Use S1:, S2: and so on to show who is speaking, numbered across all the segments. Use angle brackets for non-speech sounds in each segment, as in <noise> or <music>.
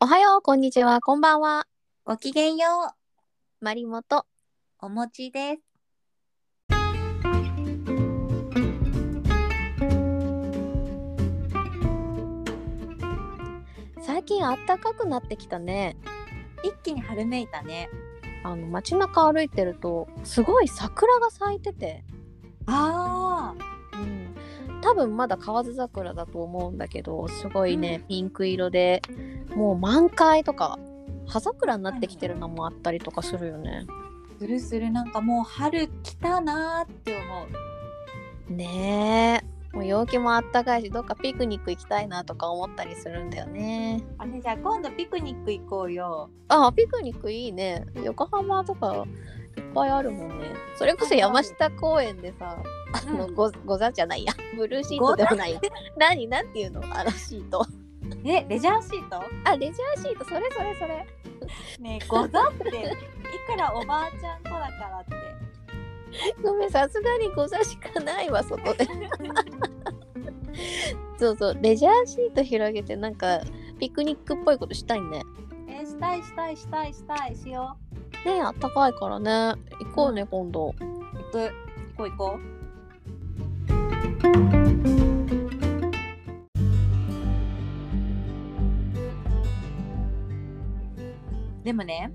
S1: おはよう、こんにちは、こんばんは。
S2: ごきげんよ
S1: まりもと。
S2: う。お餅です。
S1: 最近あったかくなってきたね。
S2: 一気に春めいたね。
S1: あの街中歩いてると、すごい桜が咲いてて。
S2: あ
S1: うん。多分まだ河津桜だと思うんだけど、すごいね、ピンク色で。もう満開とか。葉桜になってきてるのもあったりとかするよね。
S2: あ、するするなんかもう春来たなーって思う。
S1: ねえ。もう陽気もあったかいし、どっかピクニック行きたいなとか思ったりするんだよね。
S2: あれじゃあ今度ピクニック行こうよ。
S1: あピクニックいいね横浜とかいっぱいあるもんねそれこそ山下公園でさあの
S2: うん
S1: ごご座じゃないやブルーシートでもないや何なんていうのあのシート
S2: え、レジャーシート
S1: あレジャーシートそれそれそれ
S2: ねえ、ござって、いくらおばあちゃん子だからって。
S1: ごめんさすがにご座しかないわ外でそうそうレジャーシート広げてなんかピクニックっぽいことしたいね
S2: えしたいしたいしたいしたいしよ
S1: ねえあったかいからね行こうね今度
S2: う。行く。行こう行こう。でもね、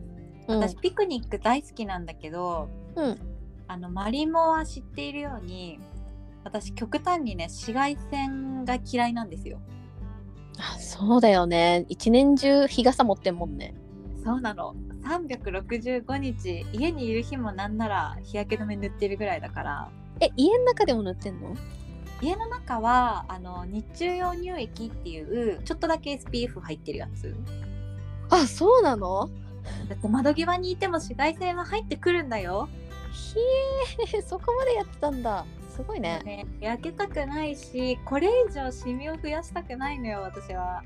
S1: うん
S2: 私ピクニック大好きなんだけど、
S1: うん
S2: あのマリモは知っているように私極端にね紫外線が嫌いなんですよ
S1: あそうだよね一年中日傘持ってんもんね
S2: そうなの365日家にいる日もなんなら日焼け止め塗ってるぐらいだから
S1: え家の中でも塗ってんの
S2: 家の中はあの日中用乳液っていうちょっとだけ SPF 入ってるやつ
S1: あそうなの
S2: だって窓際にいても紫外線は入ってくるんだよ、
S1: ひえそこまでやってたんだすごいね
S2: ね、焼けたくないしこれ以上シミを増やしたくないのよ私は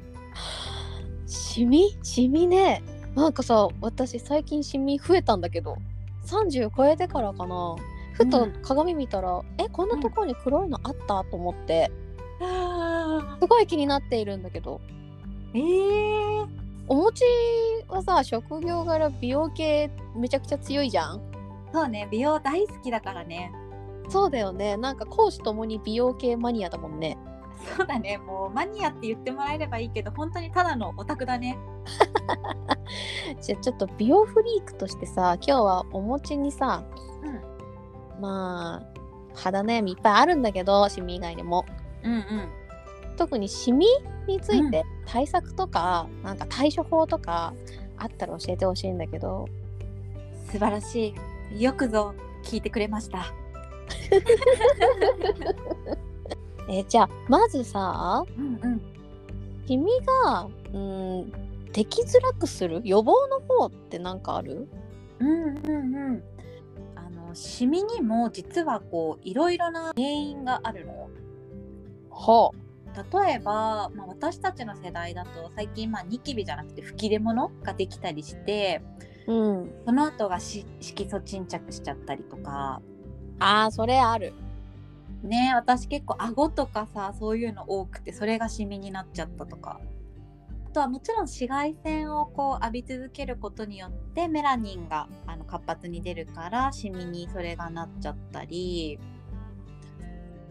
S1: シミシミねなんかさ私最近シミ増えたんだけど30超えてからかなふと
S2: うん
S1: 鏡見たら、えこんなところに黒いのあったと思って
S2: あ
S1: すごい気になっているんだけど
S2: えー、
S1: お餅はさ職業柄美容系めちゃくちゃ強いじゃん
S2: そうね美容大好きだからね
S1: そうだよねなんか講師ともに美容系マニアだもんね
S2: そうだねもうマニアって言ってもらえればいいけど本当にただのオタクだね
S1: じゃあちょっと美容フリークとしてさ今日はお餅にさ、まあ肌悩みいっぱいあるんだけどシミ以外でも
S2: うんうん
S1: 特にシミについて対策とか、なんか対処法とかあったら教えてほしいんだけど
S2: 素晴らしいよくぞ聞いてくれました
S1: えーじゃあまずさ
S2: うんうん
S1: シミがうんできづらくする予防の方って何かある
S2: うんうんうんあのシミにも実はこういろいろな原因があるの
S1: ほ
S2: 例えば、まあ、私たちの世代だと最近、まあ、ニキビじゃなくて吹き出物ができたりして
S1: う、うん、
S2: その後がし色素沈着しちゃったりとか
S1: あーそれある
S2: ね私結構顎とかさそういうの多くてそれがシミになっちゃったとかあとはもちろん紫外線をこう浴び続けることによってメラニンがあの活発に出るからシミにそれがなっちゃったり、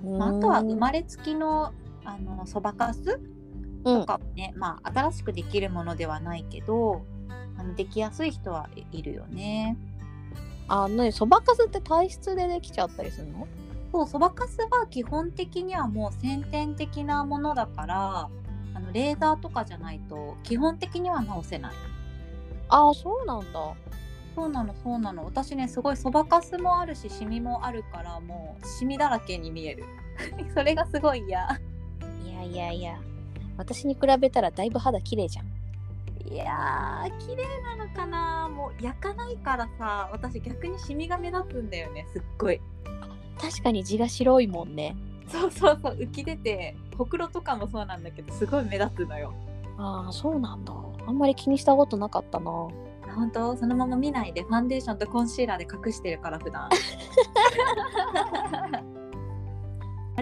S2: まあ、あとは生まれつきのあのそばか
S1: う
S2: す
S1: ん
S2: とかもね、まあ、新しくできるものではないけどあのできやすい人はいるよね。
S1: あ何そばかすって体質でできちゃったりするの
S2: そうそばかすは基本的にはもう先天的なものだからあのレーザーとかじゃないと基本的には治せない
S1: ああそうなんだ
S2: そうなのそうなの私ねすごいそばかすもあるしシミもあるからもうシミだらけに見える <laughs> それがすごい嫌
S1: いやいやいや私に比べたらだいぶ肌綺麗じゃん
S2: いやー綺麗なのかなもう焼かないからさ私逆にシミが目立つんだよねすっごい
S1: 確かに地が白いもんね
S2: そうそうそう浮き出てほくろとかもそうなんだけどすごい目立つのよ
S1: ああそうなんだあんまり気にしたことなかったな
S2: 本当そのまま見ないでファンデーションとコンシーラーで隠してるから普段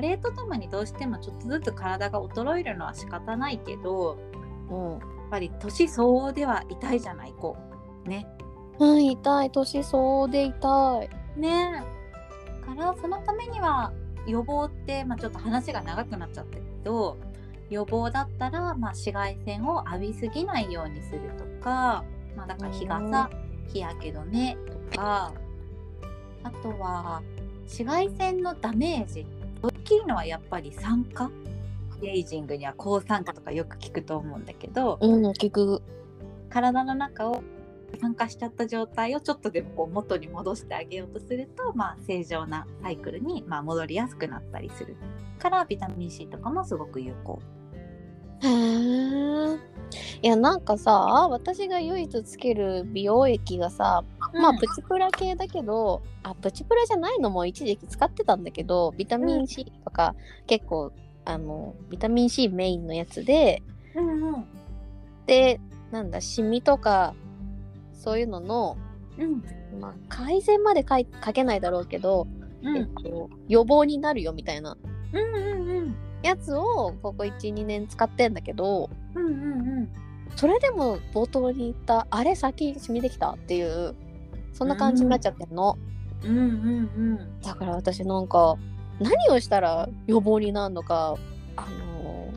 S2: レーとともにどうしてもちょっとずつ体が衰えるのは仕方ないけど
S1: うん
S2: ぱり年相応では痛いじゃないこうね
S1: うん、痛い。年相応で痛い。
S2: ねえからそのためには予防って、まあ、ちょっと話が長くなっちゃったけど予防だったら、まあ、紫外線を浴びすぎないようにするとか、まあ、だから日傘日焼け止めとかあとは紫外線のダメージ大きいのはやっぱり酸化エイジングには抗酸化とかよく聞くと思うんだけど
S1: うん、聞く。
S2: 体の中を酸化しちゃった状態をちょっとでもこう元に戻してあげようとすると、まあ、正常なサイクルにまあ戻りやすくなったりするからビタミン C とかもすごく有効。
S1: へえ。いや、なんかさ、私が唯一つける美容液がさ、まあ、プチプラ系だけど、あ、プチプラじゃないのも一時期使ってたんだけど、ビタミン C とか、結構、あの、ビタミン C メインのやつで、
S2: うんうん
S1: で、なんだ、シミとか、そういうのの、
S2: うん
S1: まあ、改善までかいかけないだろうけど、
S2: うんう
S1: えっ
S2: ん
S1: と、予防になるよみたいな
S2: うんうん
S1: やつをここ12年使ってんだけど
S2: うんうんうん
S1: それでも冒頭に言ったあれ先染みできたっていうそんな感じになっちゃってんの、
S2: うんうん
S1: だから私なんか何をしたら予防になるのかあの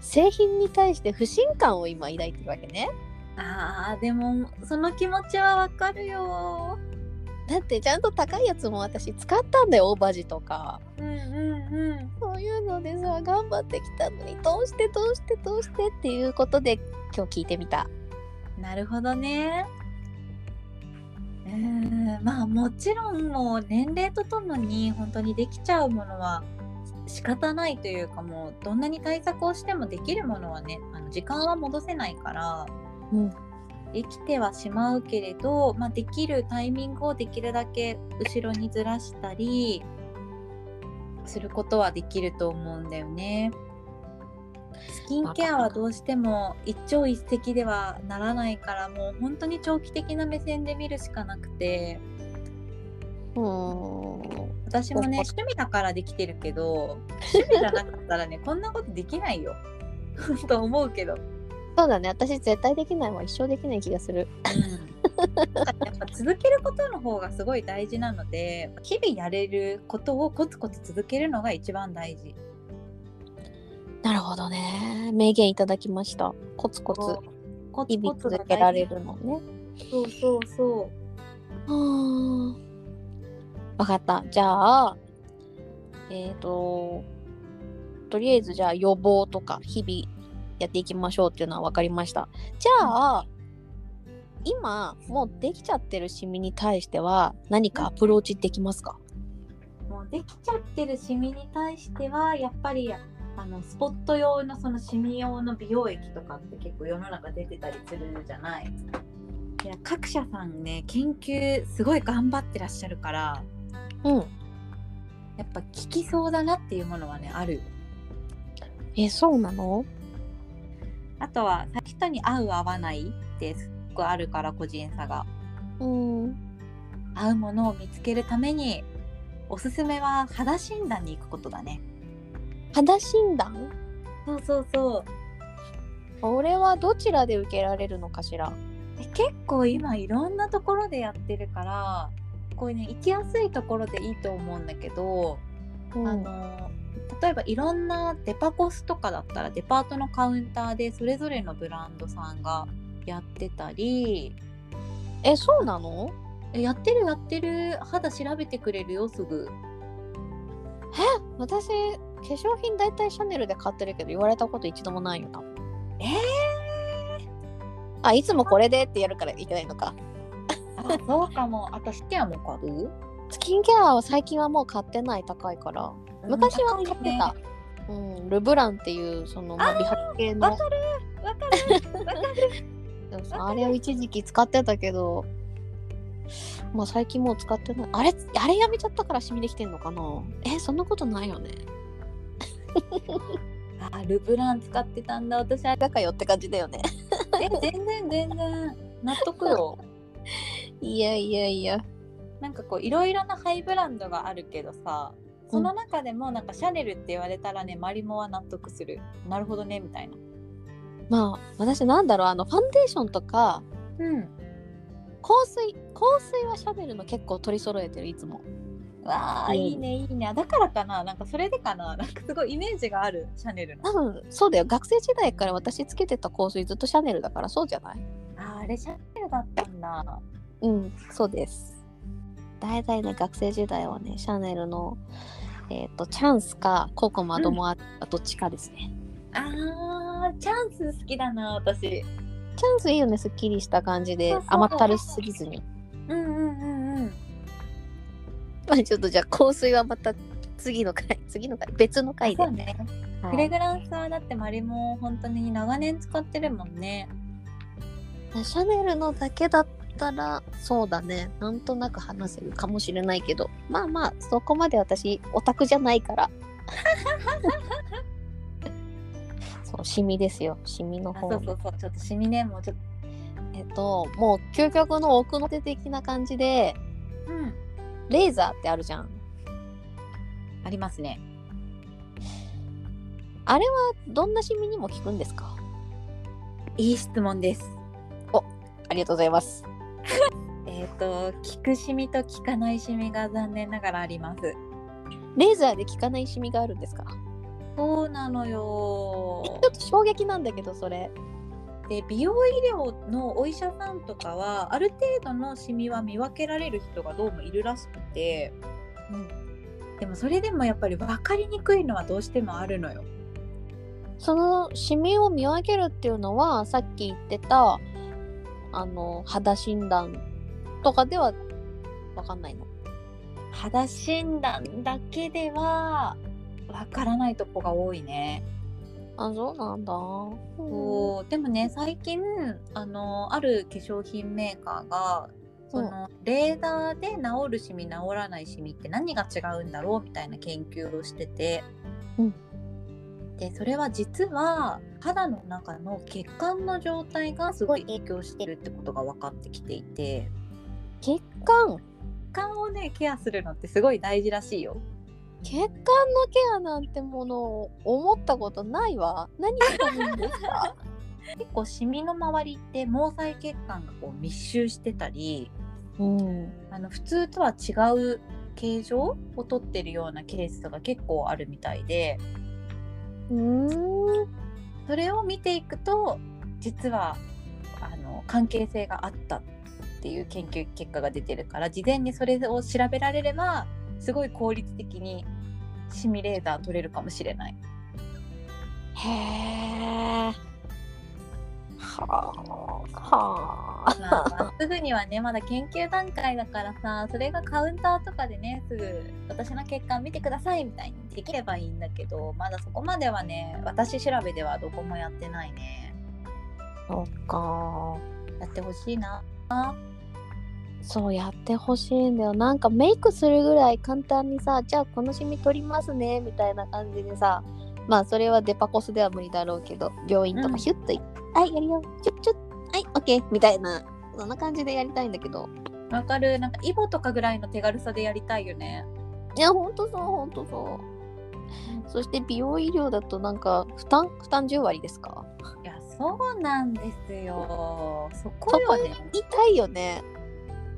S1: 製品に対して不信感を今抱いてるわけね
S2: あーでもその気持ちはわかるよ。
S1: だってちゃんと高いやつも私使ったんだよオーバジとか
S2: うんうんうん
S1: そういうのでさ頑張ってきたのにどうしてどうしてどうしてっていうことで今日聞いてみた
S2: なるほどね。うーんまあもちろんもう年齢とともに本当にできちゃうものは仕方ないというかもうどんなに対策をしてもできるものはねあの時間は戻せないから、
S1: うん
S2: できてはしまうけれど、まあ、できるタイミングをできるだけ後ろにずらしたりすることはできると思うんだよね。スキンケアはどうしても一朝一夕ではならないからもう本当に長期的な目線で見るしかなくて
S1: うーん
S2: 私もね趣味だからできてるけど趣味じゃなかったらね <laughs> こんなことできないよ <laughs> と思うけど、
S1: そうだね私絶対できないわ一生できない気がする
S2: やっぱ続けることの方がすごい大事なので日々やれることをコツコツ続けるのが一番大事。
S1: なるほどね名言いただきましたコツコツ
S2: コ
S1: 日
S2: ツコ
S1: 々
S2: ツ
S1: 続
S2: が大事
S1: けられるのね
S2: そうそうそう
S1: ーんわかったじゃあえっ、ー、ととりあえずじゃあ予防とか日々やっていきましょうっていうのは分かりましたじゃあ今もうできちゃってるシミに対しては何かアプローチできますか
S2: うもうできちゃってるシミに対してはやっぱりあのスポット用のそのシミ用の美容液とかって結構世の中出てたりするじゃないいや各社さんね研究すごい頑張ってらっしゃるから
S1: うん
S2: やっぱ効きそうだなっていうものはねある
S1: えそうなの
S2: あとは人に合う合わないってすっごいあるから個人差が
S1: うん
S2: 合うものを見つけるためにおすすめは肌診断に行くことだね
S1: 肌診断
S2: そうそうそう
S1: これはどちらで受けられるのかしら
S2: で結構今いろんなところでやってるからこうね行きやすいところでいいと思うんだけど、
S1: うん
S2: あの例えばいろんなデパコスとかだったらデパートのカウンターでそれぞれのブランドさんがやってたり
S1: えそうなの
S2: えやってるやってる肌調べてくれるよすぐ
S1: 私化粧品大体シャネルで買ってるけど言われたこと一度もないよな
S2: え
S1: あいつもこれでってやるからいけないのか
S2: あそうかも私ケアも買う
S1: スキンケアは最近はもう買ってない高いから昔は買って
S2: うん
S1: た、うん、ルブランっていうその、まあ、美白系の
S2: わかるわかるわかる
S1: そうそう
S2: わか
S1: あ
S2: る
S1: れを一時期使ってたけどまあ最近もう使ってないあれあれやめちゃったからシミできてんのかなえそんなことないよね
S2: あルブラン使ってたんだ私あれ
S1: だかよって感じだよね
S2: え全然全然納得よ
S1: いやいやいや
S2: なんかこういろいろなハイブランドがあるけどさその中でもなんかシャネルって言われたらねマリモは納得するなるほどねみたいな
S1: まあ私なんだろうあのファンデーションとか
S2: うん。
S1: 香水香水はシャベルの結構取り揃えてるいつも
S2: わあ、
S1: うん
S2: いいねいいね。だからかな。なんかそれでかな。なんかすごいイメージがあるシャネルの。
S1: 多分そうだよ学生時代から私つけてた香水ずっとシャネルだからそうじゃない
S2: あーあれシャネルだったんだ。
S1: うんそうです大体ね学生時代はねシャネルのえっ、とチャンスかココマドモア、どっちかですね
S2: あーチャンス好きだな私。
S1: チャンスいいよねすっきりした感じで
S2: そうそう
S1: 甘ったるしすぎずに <laughs>
S2: うんうんうんうん。
S1: まあちょっとじゃあ香水はまた次の回次の回別の回で、
S2: そうね。
S1: はい
S2: フレグランスはだってマリも本当に長年使ってるもんね。
S1: シャネルのだけだったらそうだねなんとなく話せるかもしれないけどまあまあそこまで私オタクじゃないから
S2: <laughs>
S1: そうシミですよシミの
S2: あ
S1: 方
S2: そうそうそう。ちょっとシミねもうちょっ
S1: えっともう究極の奥の手的な感じで
S2: と。うん。
S1: レーザーってあるじゃん
S2: ありますね。
S1: あれはどんなシミにも効くんですか
S2: いい質問です。
S1: ありがとうございます
S2: えっ、と聞くシミと聞かないシミが残念ながらあります。
S1: レーザーで効かないシミがあるんですか
S2: そうなの <laughs> よ
S1: ちょっと衝撃なんだけどそれ
S2: で美容医療のお医者さんとかはある程度のシミは見分けられる人がどうもいるらしくて、でもそれでもやっぱり分かりにくいのはどうしてもあるのよ。
S1: そのシミを見分けるっていうのはさっき言ってたあの肌診断とかではわかんないの。
S2: 肌診断だけでは分からないとこが多いね。
S1: あそうなんだ。うん
S2: そうでもね最近あのある化粧品メーカーがそのレーダーで治るシミ治らないシミって何が違うんだろうみたいな研究をしてて、
S1: うん
S2: でそれは実は肌の中の血管の状態がすごい影響してるってことが分かってきていて
S1: 血管
S2: 血管をねケアするのってすごい大事らしいよ。
S1: 血管のケアなんてものを思ったことないわ。何がいいんですか
S2: 結構シミの周りって毛細血管がこう密集してたり
S1: <laughs> うん。
S2: あの普通とは違う形状をとってるようなケースが結構あるみたいで
S1: うん。
S2: それを見ていくと実はあの関係性があったっていう研究結果が出てるから事前にそれを調べられればすごい効率的にシミュレーター取れるかもしれない。
S1: へえ。はあ。はあ。
S2: まあまあ、すぐにはねまだ研究段階だからさそれがカウンターとかでねすぐ私の血管見てくださいみたいにできればいいんだけどまだそこまではね私調べではどこもやってないね
S1: そっか。
S2: やってほしいな
S1: そうやってほしいんだよなんかメイクするぐらい簡単にさじゃあこのシミ取りますねみたいな感じでさまあそれはデパコスでは無理だろうけど病院と
S2: うん
S1: かヒュッと行って、はいやるよチュッチュッはいオッケーみたいなそんな感じでやりたいんだけど
S2: わかるなんかイボとかぐらいの手軽さでやりたいよね
S1: いやほんとそうほんとそうそして美容医療だとなんか負担負担10割ですか
S2: いやそうなんですよそこよね
S1: 痛いよね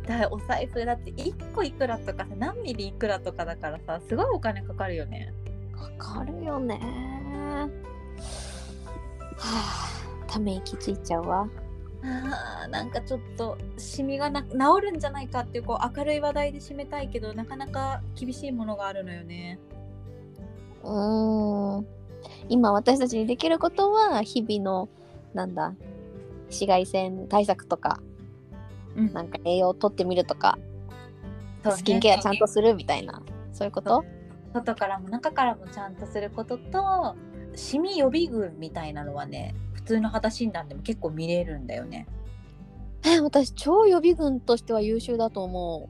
S2: だいお財布だって1個いくらとかさ何ミリいくらとかだからさすごいお金かかるよね
S1: かかるよねはあため息ついちゃうわ
S2: あーなんかちょっとシミがな治るんじゃないかっていうこう明るい話題で締めたいけどなかなか厳しいものがあるのよね。
S1: うーん今私たちにできることは日々のなんだ紫外線対策とか
S2: うん
S1: なんか栄養をとってみるとか、スキンケアちゃんとするみたいなそういうこと
S2: 外からも中からもちゃんとすることとシミ予備軍みたいなのはね普通の肌診断でも結構見れるんだよね。
S1: え私超予備軍としては優秀だと思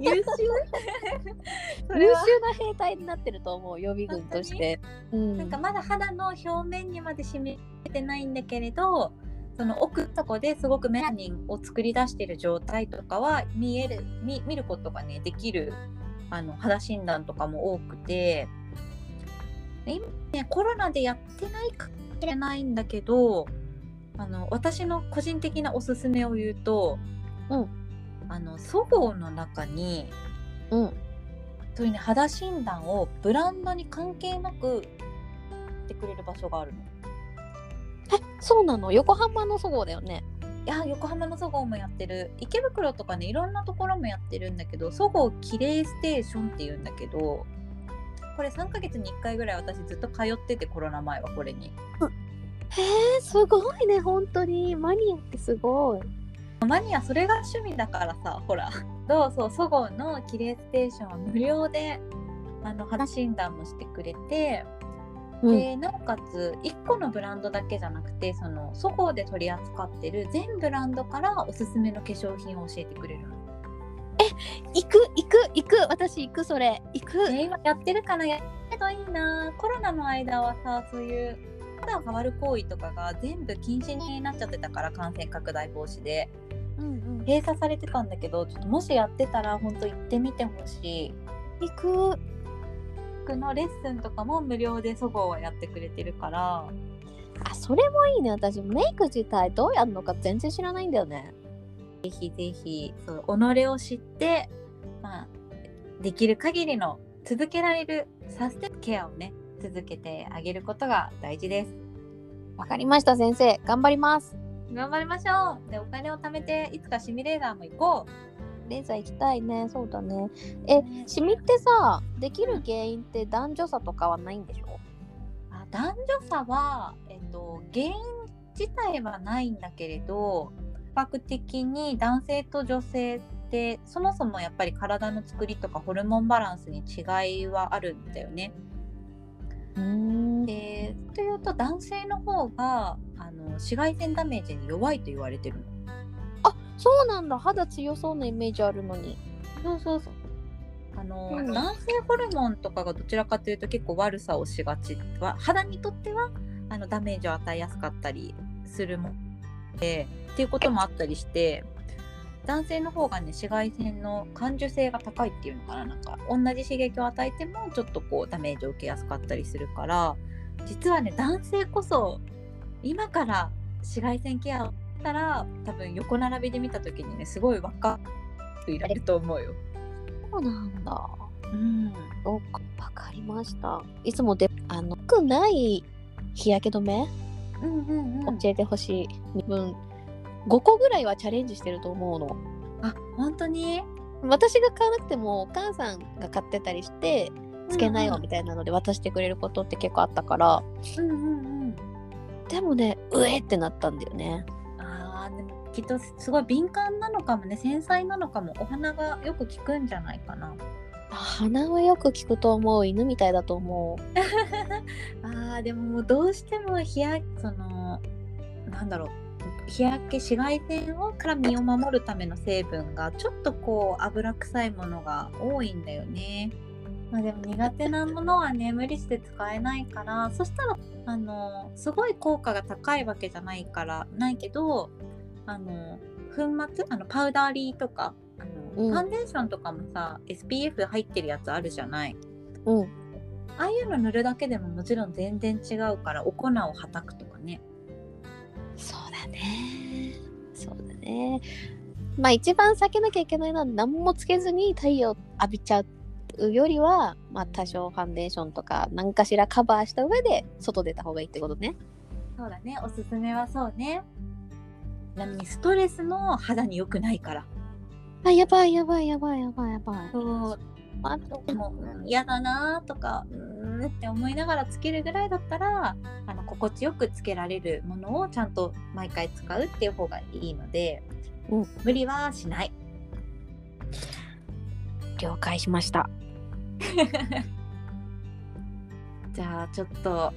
S2: 優 <laughs> 秀
S1: う
S2: そ
S1: 優
S2: れ
S1: 秀
S2: は
S1: な兵隊になってると思う予備軍としてうん
S2: なんかまだ肌の表面にまで染み出てないんだけれどその奥底ですごくメラニンを作り出している状態とかは見える見見ることがねできるあの肌診断とかも多くてで今ねコロナでやってないかれないんだけどあの私の個人的なおすすめを言うと、
S1: うん
S2: あのそごうの中に
S1: うん
S2: そういうね肌診断をブランドに関係なくやってくれる場所があるの。
S1: そうなの横浜のそごうだよね
S2: いや横浜のそごうもやってる池袋とかねいろんなところもやってるんだけどそごうきれいステーションっていうんだけどこれ3ヶ月に1回ぐらい私ずっと通っててコロナ前はこれに
S1: へえすごいね本当にマニアってすごい
S2: マニアそれが趣味だからさほら <laughs> どうそうそごうのきれいステーションは無料であの肌診断もしてくれて
S1: うん
S2: でなおかつ1個のブランドだけじゃなくてそのそごうで取り扱ってる全ブランドからおすすめの化粧品を教えてくれるの。
S1: 行く行く行く私行くそれ行く
S2: ね、今やってるからやるといいなコロナの間はさそういう肌を変わる行為とかが全部禁止になっちゃってたから感染拡大防止で
S1: うんうん
S2: 閉鎖されてたんだけどちょっともしやってたら本当行ってみてほしい
S1: 行く
S2: 僕のレッスンとかも無料でそごうはやってくれてるから
S1: あそれもいいね私メイク自体どうやるのか全然知らないんだよね
S2: ぜひぜひそう己を知って、まあ、できる限りの続けられるサステナケアをね続けてあげることが大事です
S1: わかりました先生頑張ります
S2: 頑張りましょうでお金を貯めていつかシミュレーターも行こ
S1: レーザー行きたいねそうだねえ
S2: ね
S1: シミってさできる原因って男女差とかはないんでしょ
S2: うあ男女差は、えっと、原因自体はないんだけれど比較的に男性と女性ってそもそもやっぱり体の作りとかホルモンバランスに違いはあるんだよね。
S1: うーん
S2: でというと男性の方があの紫外線ダメージに弱いと言われてるの。
S1: あそうなんだ肌強そうなイメージあるのに
S2: そうそうそうあの、
S1: うん
S2: 男性ホルモンとかがどちらかというと結構悪さをしがちは肌にとってはあのダメージを与えやすかったりするもんでっていうこともあったりして男性の方がね紫外線の感受性が高いっていうのかななんか同じ刺激を与えてもちょっとこうダメージを受けやすかったりするから実はね男性こそ今から紫外線ケアをしたら多分横並びで見た時にねすごい若くいられると思うよ。
S1: そうなんだ
S2: うん
S1: そうかわかりましたいつもであの良くない日焼け止め
S2: うんうんうん
S1: 教えてほしい、自分5個ぐらいはチャレンジしてると思うの
S2: あ本当に
S1: 私が買わなくてもお母さんが買ってたりしてつけなよみたいなので渡してくれることって結構あったから、
S2: うんうんうん
S1: でもねうえってなったんだよね
S2: あーでもきっとすごい敏感なのかもね繊細なのかもお花がよく効くんじゃないかな
S1: 鼻はよく効くと思う犬みたいだと思う
S2: あーでももうどうしても日焼そのなんだろう日焼け紫外線をから身を守るための成分がちょっとこう油臭いものが多いんだよね。まあ、でも苦手なものはね無理して使えないからそしたらあのすごい効果が高いわけじゃないからないけどあの粉末あのパウダーリーとかあの、
S1: うん
S2: ファンデーションとかもさ SPF 入ってるやつあるじゃない。
S1: うん
S2: ああいうの塗るだけでももちろん全然違うからお粉をはたくとかね。
S1: そうだねそうだねまあ一番避けなきゃいけないのは何もつけずに太陽浴びちゃうよりは、まあ、多少ファンデーションとか何かしらカバーした上で外出た方がいいってことね
S2: そうだね、おすすめはそうね。ちなみにストレスも肌に良くないから。
S1: あやばいやばいやばいやばいやばい
S2: そう。
S1: あ
S2: でもうん嫌だなとか、うーんって思いながらつけるぐらいだったら、あの心地よくつけられるものをちゃんと毎回使うっていう方がいいので、
S1: うん
S2: 無理はしない。
S1: 了解しました
S2: じゃあちょっと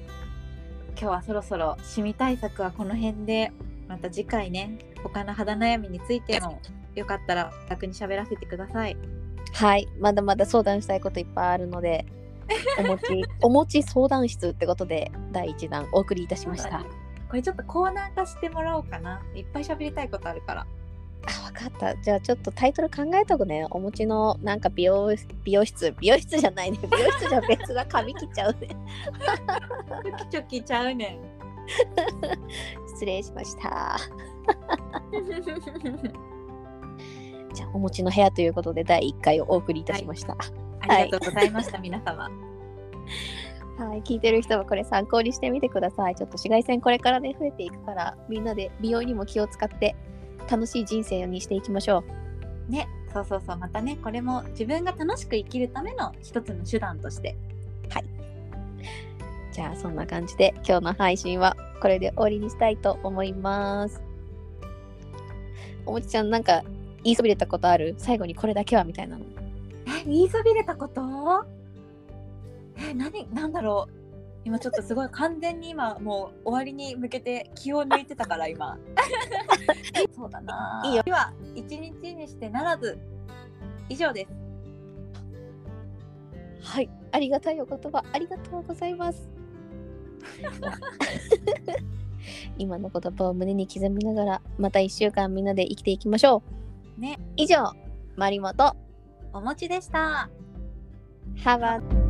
S2: 今日はそろそろシミ対策はこの辺でまた次回ね他の肌悩みについてもよかったら楽に喋らせてください。
S1: はいまだまだ相談したいこといっぱいあるのでお <laughs> 持ちお持ち相談室ってことで第1弾お送りいたしました
S2: これちょっとコーナー化してもらおうかな。いっぱい喋りたいことあるから。
S1: あ、分かった。じゃあちょっとタイトル考えとくね。お持ちのなんか美容美容室、美容室じゃ <laughs> ないね。美容室じゃ別が髪切っちゃうね。
S2: チョキチョキちゃうねん。
S1: 失礼しました。じゃあ、お持ちの部屋ということで、第1回をお送りいたしました。は
S2: ありがとうございました、皆様。
S1: い、聞いてる人はこれ参考にしてみてください。ちょっと紫外線これからね、増えていくから、みんなで美容にも気を使って、楽しい人生にしていきましょう。
S2: ね、そうそうそう、またね、これも自分が楽しく生きるための一つの手段として。
S1: じゃあ、そんな感じで、今日の配信はこれで終わりにしたいと思います。おもちちゃん、なんか言いそびれたことある最後にこれだけはみたいなの。
S2: え、言いそびれたことえ、何、なんだろう。今ちょっとすごい完全に今もう終わりに向けて気を抜いてたか
S1: <laughs>
S2: ら今。そうだな。
S1: いいよ。
S2: では一日にしてならず以上です。
S1: はい、ありがたいお言葉ありがとうござい <laughs> ます。今の言葉を胸に刻みながら、また1週間みんなで生きていきましょう。
S2: ね。
S1: 以上、マリモと
S2: お餅でした。
S1: ハバ